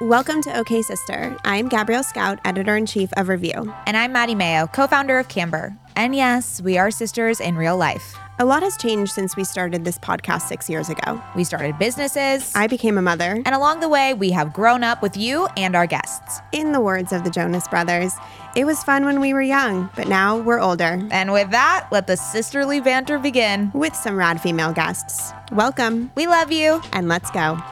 Welcome to OK Sister. I'm Gabrielle Scout, editor in chief of Review. And I'm Maddie Mayo, co founder of Camber. And yes, we are sisters in real life. A lot has changed since we started this podcast six years ago. We started businesses, I became a mother. and along the way, we have grown up with you and our guests. In the words of the Jonas Brothers, it was fun when we were young, but now we're older And with that, let the sisterly banter begin. with some rad female guests. Welcome We love you. and let's go.